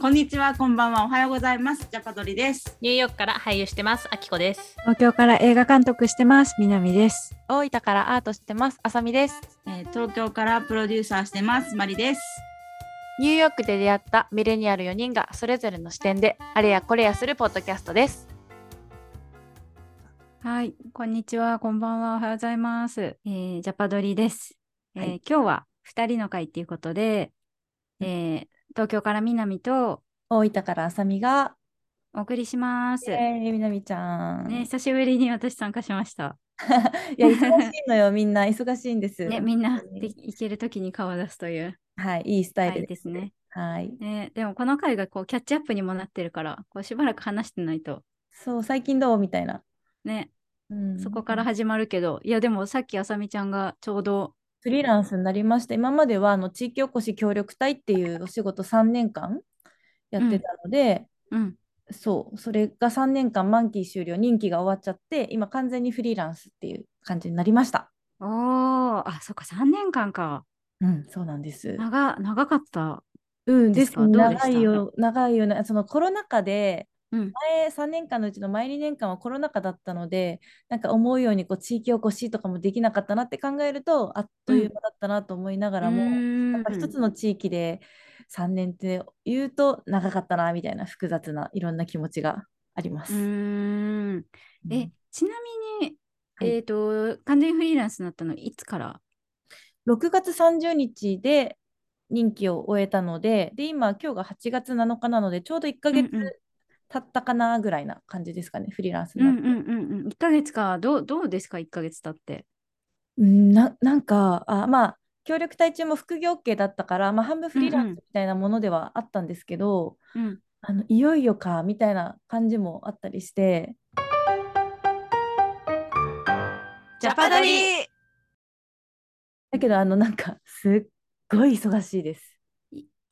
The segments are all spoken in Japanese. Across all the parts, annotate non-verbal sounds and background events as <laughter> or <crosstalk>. こんにちは、こんばんは、おはようございます。ジャパドリです。ニューヨークから俳優してます。あきこです。東京から映画監督してます。南です。大分からアートしてます。あさみです。えー東京からプロデューサーしてます。まりです。ニューヨークで出会ったミレニアル4人がそれぞれの視点であれやこれやするポッドキャストです。はい、こんにちは、こんばんは、おはようございます。えージャパドリです。えー今日は二人の会っていうことで、えー東京から南と大分からあさみが、お送りします。ね、えー、みなみちゃん。久しぶりに私参加しました。いや、忙しいの <laughs> よ、みんな忙しいんです。ね、みんな本当でに行けるときに顔を出すというはい、いいスタイ会ルでですすね。はい。ね、でもこの会がこうキャッチアップにもなってるから、こうしばらく話してないと。そう、最近どうみたいな。ね、うんそこから始まるけど、いやでもさっきあさみちゃんがちょうどフリーランスになりまして、今まではあの地域おこし協力隊っていうお仕事3年間やってたので、うん、そう、それが3年間満期終了、任期が終わっちゃって、今完全にフリーランスっていう感じになりました。おー、あ、そっか、3年間か。うん、そうなんです。長、長かった。うん、でですすかどうでした長いよ、長いよな、そのコロナ禍で、うん前3年間のうちの前2年間はコロナ禍だったので、なんか思うようにこう地域おこしとかもできなかったなって考えると、あっという間だったなと思いながらも、やっぱ一つの地域で3年って言うと長かったなみたいな複雑ないろんな気持ちがありまうす。ーん。うんえ、ちなみに、はいえっと、完全フリーランスになったの、いつから6月30日で任期を終えたので、で、今、今日が8月7日なので、ちょうど1ヶ月うんうん経ったかなぐらいな感じですかね、フリーランスうにんなうっんて。うんうん。1ヶ月か。どう、どうですか、1ヶ月経って。うんな、なんか、あ、まあ、協力隊中も副業系だったから、まあ、半分フリーラうんうンんスみたいなものではあったんですけど、うん。あの、いよいよか、みたいな感じもあったりして、ジャパドリだけど、あの、なんか、すっごい忙しいです。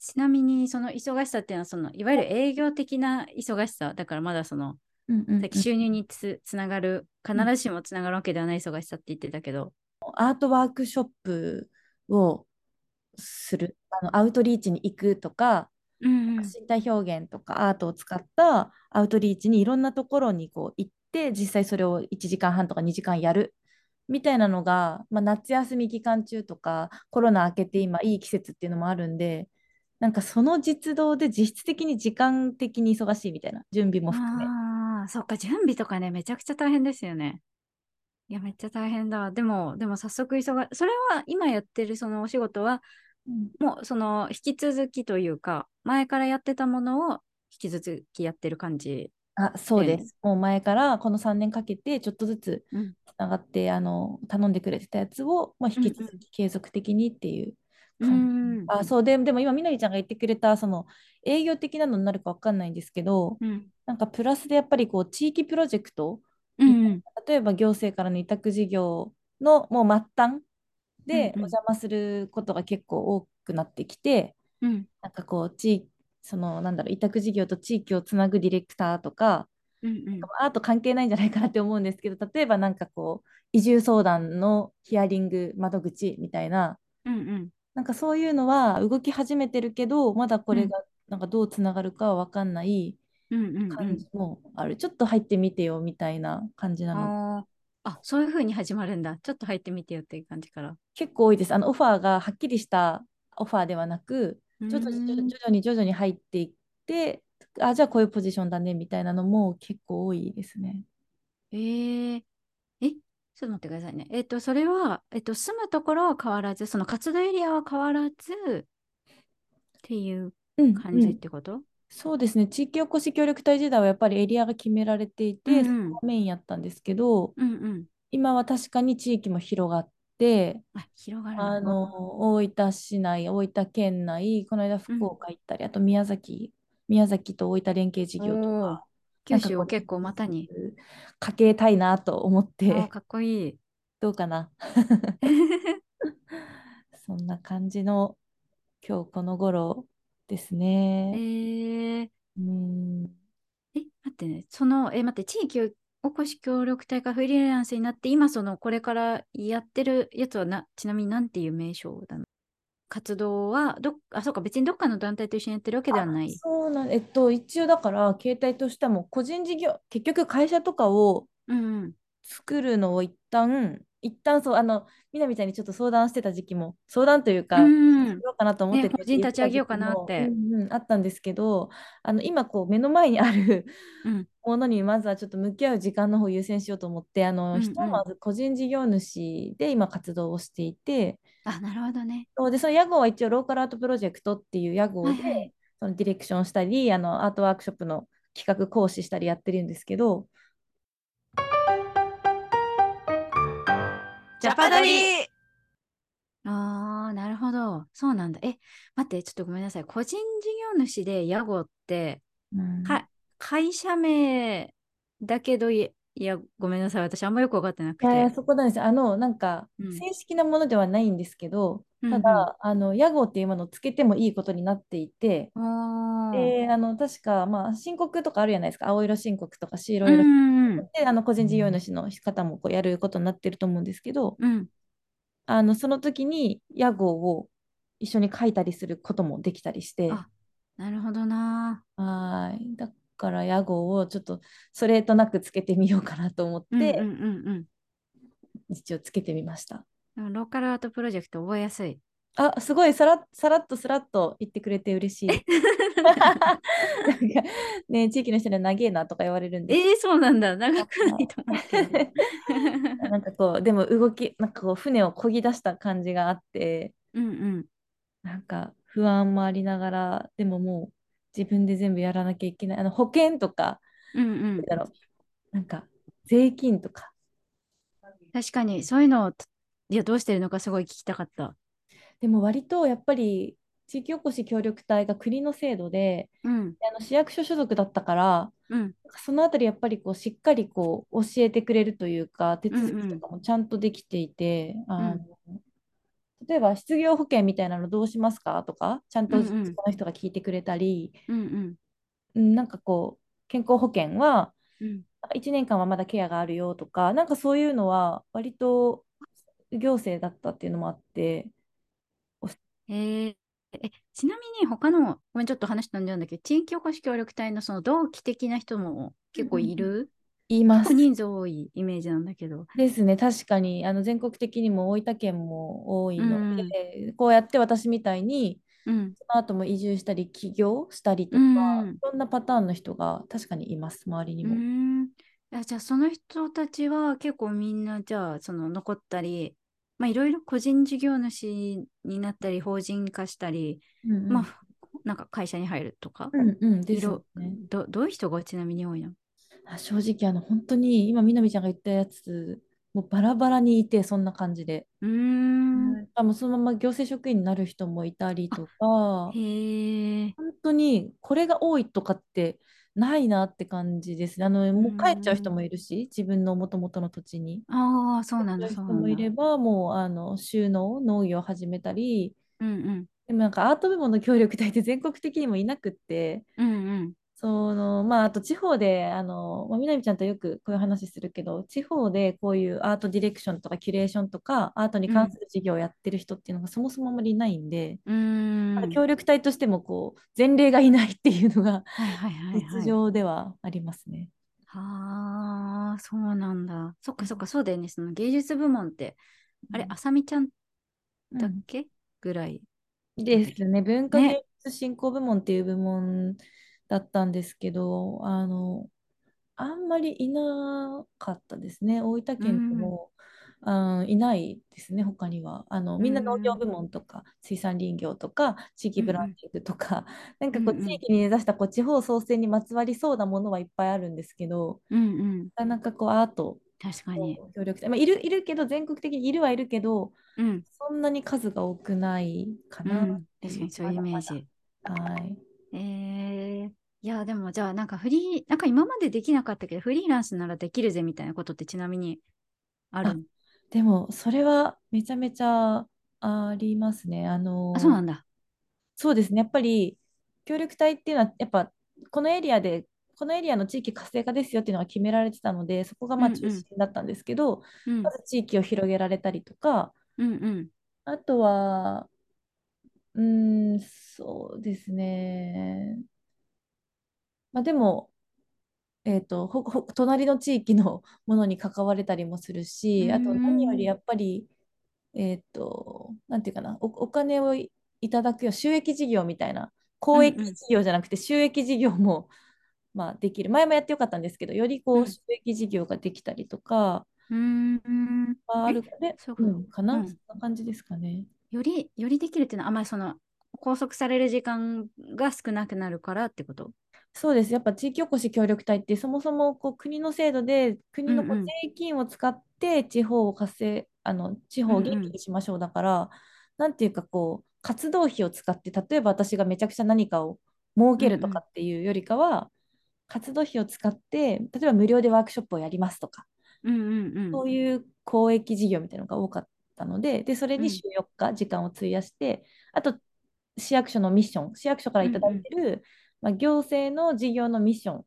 ちなみに、その忙しさっていうのは、その、いわゆる営業的な忙しさ。だから、まだその、うんうんうさっんき収入につ、つながる、必ずしもつながるわけではない忙しさって言ってたけど。アートワークショップをする、あの、アウトリーチに行くとか、うん身体表現とかアートを使ったアウトリーチにいろんなところにこう行って実際それを1時間半とか2時間やるみたいなのが、まあ、夏休み期間中とかコロナ明けて今いい季節っていうのもあるんでなんかその実動で実質的に時間的に忙しいみたいな準備も含めああ、そっか、準備とかね、めちゃくちゃ大変ですよね。いや、めっちゃ大変だわ。でも、でも早速忙、それは今やってるそのお仕事は、うんもうその引き続きというか、前からやってたものを引き続きやってる感じ。あそうええですもう前からこの3年かけてちょっとずつうんつながってあの頼んでくれてたやつを、まあ、引きうんう続き継続的にっていうう感ん。じあ、そうで、でも今、みなりちゃんが言ってくれた、その営業的なのになるかわかんないんですけど、うん。なんかプラスでやっぱりこう地域プロジェクト、うん。例えば行政からの委託事業のもう末端でうんおうん邪魔することが結構多くなってきて、うん。なんかこう地そのなんだろう委託事業と地域をつなぐディレクターとか、うん。アート関係ないんじゃないかなって思うんですけど、例えばなんかこう移住相談のヒアリング窓口みたいな。うん。なんかそういうのは動き始めてるけど、まだこうれんがなんかどうつながるかは分かんないうん。う感ん。じもある。ちょっと入ってみてよみたいな感じなの。ああー、あ、そういう風に始まるんだ。ちょっと入ってみてよっていう感じから。結構多いです。あのオファーがはっきりしたオファーではなく、ちちょっと徐々に徐々に徐々に入っていって、あ、じゃあこういうポジションだねみたいなのも結構多いですね。えー、え、ちょっと待ってくださいね。えっと、それは、えっと、住むところは変わらず、その活動エリアは変わらずっていううん、感じうっんてことそうですね。地域おこし協力隊時代はやっぱりエリアが決められていて、うんうんそこがメインやったんですけど、うんうん。今は確かに地域も広がって、あ、広がるあの。の大分市内、大分県内、この間うん福岡行ったり、あと宮崎、宮崎と大分連携事業とおーか、九なん州かこをう結構またに。かけたいなと思っあーて、かっこい <laughs> い。どうかな。そんな感じの今日この頃ですえね。ー、え、うん、待ってね。その、え、待って、地域おこし協力隊かフリーランスになって、今その、これからやってるやつはな、ちなみになんていう名称なの活動はどっあそうか別にどっかの団体と一緒にやってるわけではない。そうなん、えっと、一応だから、携帯としても個人事業、結局会社とかをうんうん、作るのを一旦、一旦そう、あの、みなみちゃんにちょっと相談してた時期も、相談というか、うん作ろうかなと思ってね個人立ち上げようかなって言た時期もうんうんあったんですけど、あの、今こう、目の前にあるうんものに、まずはちょっと向き合う時間の方を優先しようと思って、あうんの、うんひとまず個人事業主で今活動をしていて、あなるほどね。そうで、その屋号は一応、ローカルアートプロジェクトっていう屋号はいで、はいそのディレクションしたり、あのアートワークショップの企画講師したりやってるんですけど、ジャパドリあーなるほどそうなんだ。え待ってちょっとごめんなさい個人事業主で屋号ってはい会社名だけどいいやごめんなさい私あんまよく分かってなくいやいやて。そこなんですよあのなんか、うん正式なものではないんですけど、うんただあの屋号っていうものをつけてもいいことになっていて、うんおーであの確か、まあ、申告とかあるじゃないですか青色申告とか白う色申告んうんであの個人事業主の方もこうやることになってると思うんですけどうんあのその時に屋号を一緒に書いたりすることもできたりして。あなるほどな。はーい。だから屋号をちょっとそれとなくつけてみようかなと思っうんうんうて、ん一応つけてみました。うん。でもローカルアートプロジェクト覚えやすい。あ、すごい、さら、さらっとさらっと言ってくれて嬉 <laughs> しい。なんかね、地域の人には長えなとか言われるんえで。ー、そうなんだ。長くないと思うけど。なんかこう、でも動き、なんかこう、船を漕ぎ出した感じがあって、 <laughs> うんうん。なんか不安もありながら、でももう自分で全部やらなきゃいけない。あの、保険とか、うんうなんん、だろう、なんか税金とか。確かにそういうのをといやどうしてるのかすごい聞きたかった。でも割とやっぱり地域おこし協力隊が国の制度でうんあの市役所所属だったからうんそのあたりやっぱりこうしっかりこう教えてくれるというか手続きとかもちゃんとできていて、あの例えば失業保険みたいなのどうしますかとかちゃんとうんそうんの人が聞いてくれたり、うんうんうんなんかこう健康保険はうん。 1年間はまだケアがあるよとかなんかそういうのは割と行政だったっていうのもあって。えーえちなみに他のごめんちょっと話飛んじゃうんだけど地域おこし協力隊のその同期的な人も結構いる言います結構人数多いイメージなんだけど。ですね、確かにあの全国的にも大分県も多いので、こうやって私みたいにうんその後も移住したり起業したりとか、うんいろんなパターンの人が確かにいます周りにうーも。んあじゃあその人たちは結構みんなじゃあその残ったりまあいろいろ個人事業主になったり法人化したり、うんうんまあなんか会社に入るとか、うんうんですよ色ね、どどういう人がちなみに多いのあ正直あの本当に今みなみちゃんが言ったやつもうバラバラにいてそんな感じで、うーんあもうそのまま行政職員になる人もいたりとかへえ本当にこれが多いとかってないなって感じですね。あのもう帰っちゃう人もいるし、自分のもともとの土地に。ああそうなんだそうそいうう人なんもいだれば、もうあの収納、農業を始めたり、うんうんでもなんかアート部門の協力隊って全国的にもいなくって、うんうんそのまあ、あと地方で、あのまあ、みなみちゃんとよくこういう話するけど、地方でこういうアートディレクションとかキュレーションとか、アートに関する事業をやってる人っていうのがそもそもあまりいないんで、うーんまだ協力隊としてもこう前例がいないっていうのはがいはいはいはい実情ではありますね。ああ、そうなんだ。そっかそっか、そうだよね。その芸術部門って、あれ、うんあさみちゃんだうっんけぐらい。ですね、文化ね芸術振興部門っていう部門だったんですけど、あの、あんまりいなかったですね、大分県でも、あいないですね、他には。あの、みんな農業部門とか、水産林業とか、地域ブランディングとか、 <laughs> なんかこううんうん地域に根ざしたこう地方創生にまつわりそうなものはいっぱいあるんですけど、うんうん。なかなかこうアート確かに。と協力隊、まあ、いる、いるけど、全国的にいるはいるけど、うん。そんなに数が多くないかうな。ん。確かにそういうイメージ。はい。えー、いや、でもじゃあ、なんかフリー、なんか今までできなかったけど、フリーランスならできるぜみたいなことってちなみにあるのでもそれはめちゃめちゃありますね。あのあ、そうなんだ。そうですね。やっぱり協力隊っていうのはやっぱこのエリアでこのエリアの地域活性化ですよっていうのが決められてたのでそこがまあうんうん中心だったんですけど、うんまず地域を広げられたりとかうんうん。あとはうーん、そうですね。まあでも、えっと、ほ、ほ、隣の地域のものに関われたりもするし、あと何よりやっぱり、えっと、なんていうかな、お、お金をい、いただくよう、収益事業みたいな、公益うんうん事業じゃなくて収益事業も、まあ、できる。前もやってよかったんですけど、よりこうんう、収益事業ができたりとか、うん。はあるので、そういううことん、かな、うんそんな感じですかね。より、よりできるっていうのは、あまりその、拘束される時間が少なくなるからってことそうです。やっぱ地域おこし協力隊ってそもそもこう国の制度で国のこううんうん税金を使って地方を活性、あの地方を元うんう気んにしましょうだから、なんていうかこう活動費を使って例えば私がめちゃくちゃ何かを儲けるとかっていうよりかは活動費を使って例えば無料でワークショップをやりますとかうんうんうん。そういう公益事業みたいなのが多かったので、で、それうんに週4日時間を費やして、あと市役所のミッション、市役所からいただいてる、まあ、行政の事業のミッション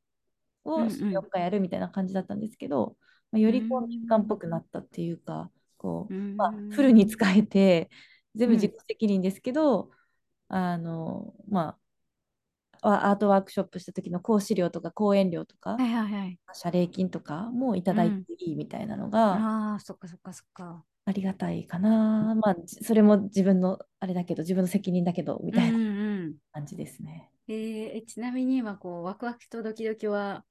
うんうをん週4日やるみたいな感じだったんですけど、まあ、よりこううん民間っぽくなったっていうか、こう、ままあ、フルに使えて、全部自己責任ですけど、あの、まあ、わアートワークショップした時の講師料とか講演料とか、はいはいはい。謝礼金とかもいただいていいみたいなのが、ああ、そっかそっかそっか。ありがたいかな。まあ、じそれも自分のあれだけど、自分の責任だけど、みたいうんなうん。感じですね。えーえちなみに今こうワクワクとドキドキは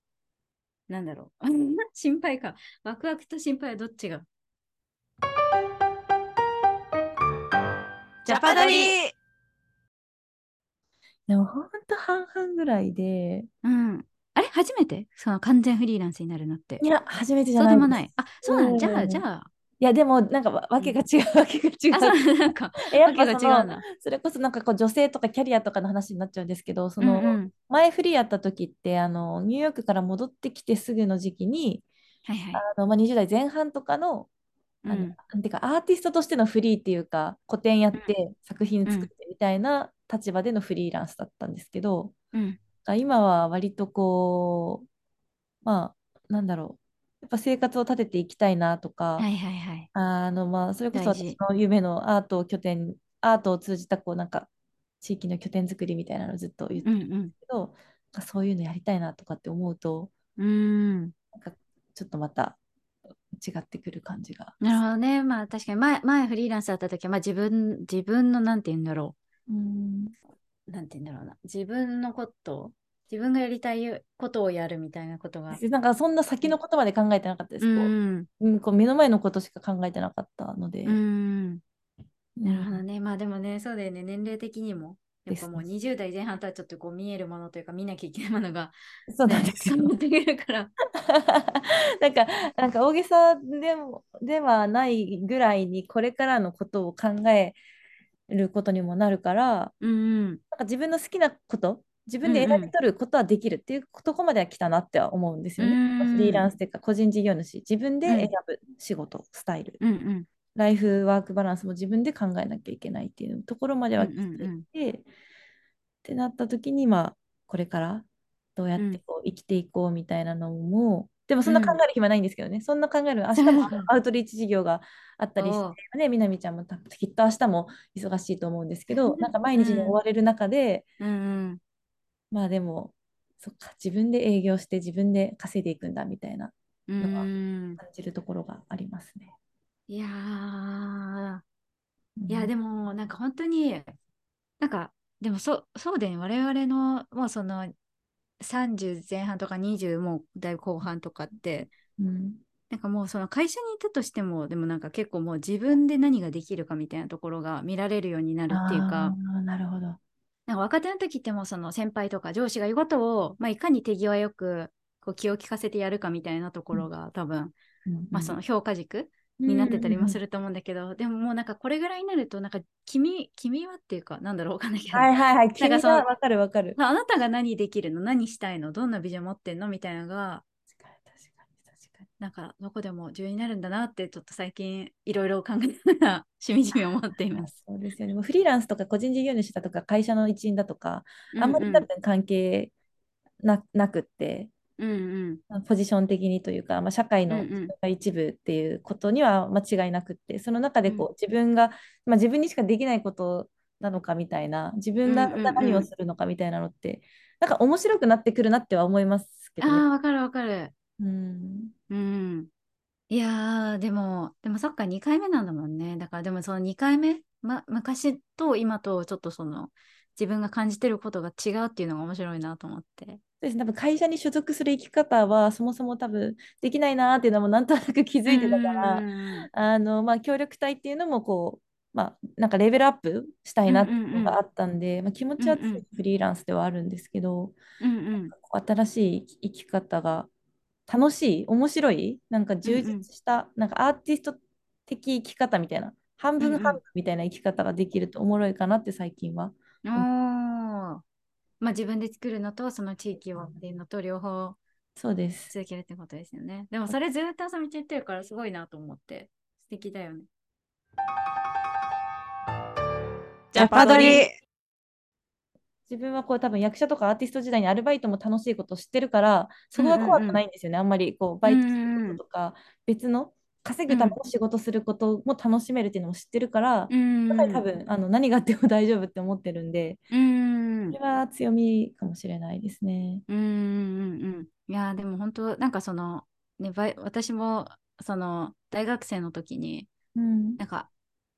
なんだろう <laughs> 心配かワクワクと心配はどっちがジャパドリでも、ほんと半々ぐらいで、うんあれ初めてその完全フリーランスになるのっていや、初めてじそうゃなでいもでなす。いあそうなんじゃうあんじゃあいや、でも、なんかわ、わけが違う、わけが違。あ <laughs> そううなんかえ <laughs> やっぱわけそが違うんの、だそれこそなんかこう、女性とかキャリアとかの話になっちゃうんですけど、そうんの、うん前フリーやった時って、あの、ニューヨークから戻ってきてすぐの時期に、はいはいあの、まあ、20代前半とかの、あうのんなんていうかアーティストとしてのフリーっていうか個展やって作品作ってみたいな立場でのフリーランスだったんですけど、うんが今は割とこうまあなんだろうやっぱ生活を立てていきたいなとか、はいはいはいあのまあそれこそ大事私の夢のアートを拠点アートを通じたこうなんか地域の拠点作りみたいなのをずっと言ってうるんけど、なんかそういうのやりたいなとかって思うとうんうんちょっとまた違ってくる感じが。なるほどねまあ確かに前前フリーランスだった時はまあ自分自分のなんて言うんだろううんなんて言うんだろうな。自分のこと、自分がやりたいことをやるみたいなことが。なんかそんな先のことまで考えてなかったです。こううん。うんこう目の前のことしか考えてなかったので。うん。なるほどうんね。まあでもね、そうだよね。年齢的にも。やっぱもうです20代前半とはちょっとこう見えるものというか見なきゃいけないものが、そうねな <laughs> んですよ。変わってくるから。 <laughs> なんか、なんか大げさでも、ではないぐらいに、これからのことを考えることにもなるから、うんうん。なんか自分の好きなこと、自分で選び取ることはできるっていうとこまでは来たなっては思うんですよね。うんフリーランスというか、個人事業主、自分でうん選ぶ仕事、スタイル、うんうん。ライフワークバランスも自分で考えなきゃいけないっていうところまでは来ていて、うんってなった時にまあこれからどうやっうんてこう生きていこうみたいなのも、でもそんな考える暇ないんですけどね、そんな考える明日 <laughs> もアウトリーチ事業があったりしておうねみなみちゃんもたきっと明日も忙しいと思うんですけどなんか毎日に追われる中で、うんまあでもそっか自分で営業して自分で稼いでいくんだみたいなうん。うん。感じるところがありますね。いやー。うんいや、でも、なんか本当に、なんか、でもそう、そうだよね。我々の、もうその、30前半とか20もうだいぶ後半とかって、うんなんかもうその会社にいたとしても、でもなんか結構もう自分で何ができるかみたいなところが見られるようになるっていうか、あーなるほど。なんか若手の時ってもうその先輩とか上司が言うことを、まあいかに手際よく、こう気を利かせてやるかみたいなところが多分、まあその評価軸になってたりもする。ると思うんだけど、でももうなんかこれぐらいになるとなんか君君はっていうかなんだろうわかんないけど、はいはいはい。その君がわかるわかる。まああなたが何できるの何したいのどんなビジョン持ってんのみたいなのが確かに確かに確かに。なんかどこでも重要になるんだなってちょっと最近いろいろ考えながらしみじみ思っています。そうですよね。もうフリーランスとか個人事業主だとか会社の一員だとか、あんまり多分関係ななくって、うんうんポジション的にというか、まあ、社会のうんうん一部っていうことには間違いなくって、その中でこう自分が、まあ、自分にしかできないことなのかみたいな自分がうんうんうん何をするのかみたいなのって、なんか面白くなってくるなっては思いますけあどね。あ、わかるわかる。うんうん。いやー、でも、でもそっか、2回目なんだもんね。だから、でもその2回目、ま、昔と今と、ちょっとその、自分が感じてることが違うっていうのが面白いなと思って。そうですね、多分会社に所属する生き方はそもそも多分できないなーっていうのもなんとなく気づいてたから、うんあのまあ、協力隊っていうのもこう、まあ、なんかレベルアップしたいなっていうのがあったんで、まあ、気持ちはうんうんフリーランスではあるんですけど、うんこう新しい生き方が楽しい面白いなんか充うんうん実した、なんかアーティスト的生き方みたいな半うんう分ん半分みたいな生き方ができるとおもろいかなって最近は。おー。まあ、自分で作るのと、その地域をっていうのと、両方そうです。続けるってことですよね。でも、それずっと朝道言ってるから、すごいなと思って。素敵だよね。ジャパドリ自分はこう多分役者とかアーティスト時代にアルバイトも楽しいこと知ってるからそこは怖くないんですよね、あんまりこうバイトすることとか別の稼ぐための仕事することも楽しめるっていうのも知ってるから、うんやっぱり多分あの何があっても大丈夫って思ってるんでうんそれは強みかもしれないですね。うんうんうんいやーでも本当なんかその、ね、バイ私もその大学生の時にうんなんか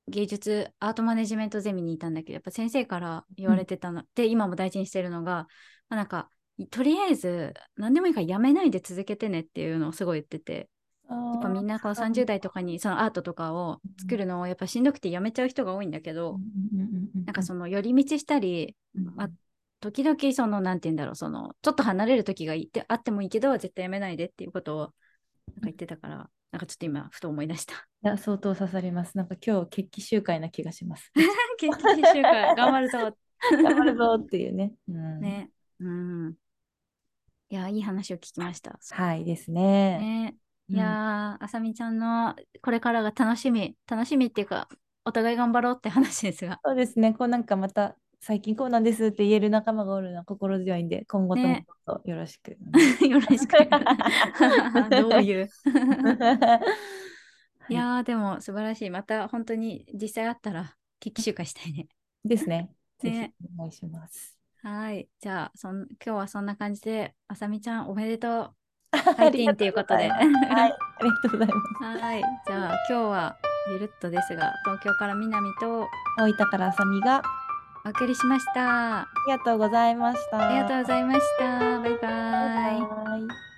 芸術アートマネジメントゼミにいたんだけどやっぱ先生から言われてたの、で今も大事にしてるのが、まあ、なんかとりあえず何でもいいからやめないで続けてねっていうのをすごい言っててややっぱみんなこう30代とかにそのアートとかを作るのをやっぱしんどくてやめちゃう人が多いんだけど、なんかその寄り道したりまあ時々そのなんて言うんだろうそのちょっと離れる時がいてあってもいいけど絶対やめないでっていうことをなんか言ってたからなんかちょっと今ふと思い出 <laughs> した。 <laughs> いや相当刺さります。なんか今日決起集会な気がします。研究集会頑張るぞ。頑張るぞっていうね。う <laughs> ん、ね。うん。いやいい話を聞きました。はいですね。ね。うんいやーあさみちゃんのこれからが楽しみ楽しみっていうかお互い頑張ろうって話ですが。そうですね。こうなんかまた最近こうなんですって言える仲間がおるのは心強いんで、今後ともねどうぞよろしく。 <laughs> よろしく。どういう。いいやーでも素晴らしい。また本当に実際あったら決起集会したいね。です <laughs> ね。ぜひねお願いします。はい。じゃあ、そん今日はそんな感じで、あさみちゃんおめでと <laughs> う。は解禁っていうことで。はい、ありがとうございます。はい。じゃあ、今日はゆるっとですが、東京から南と大分からあさみがあお送りしました。ありがとうございました。りがとうございました。バイバイ。バイバイ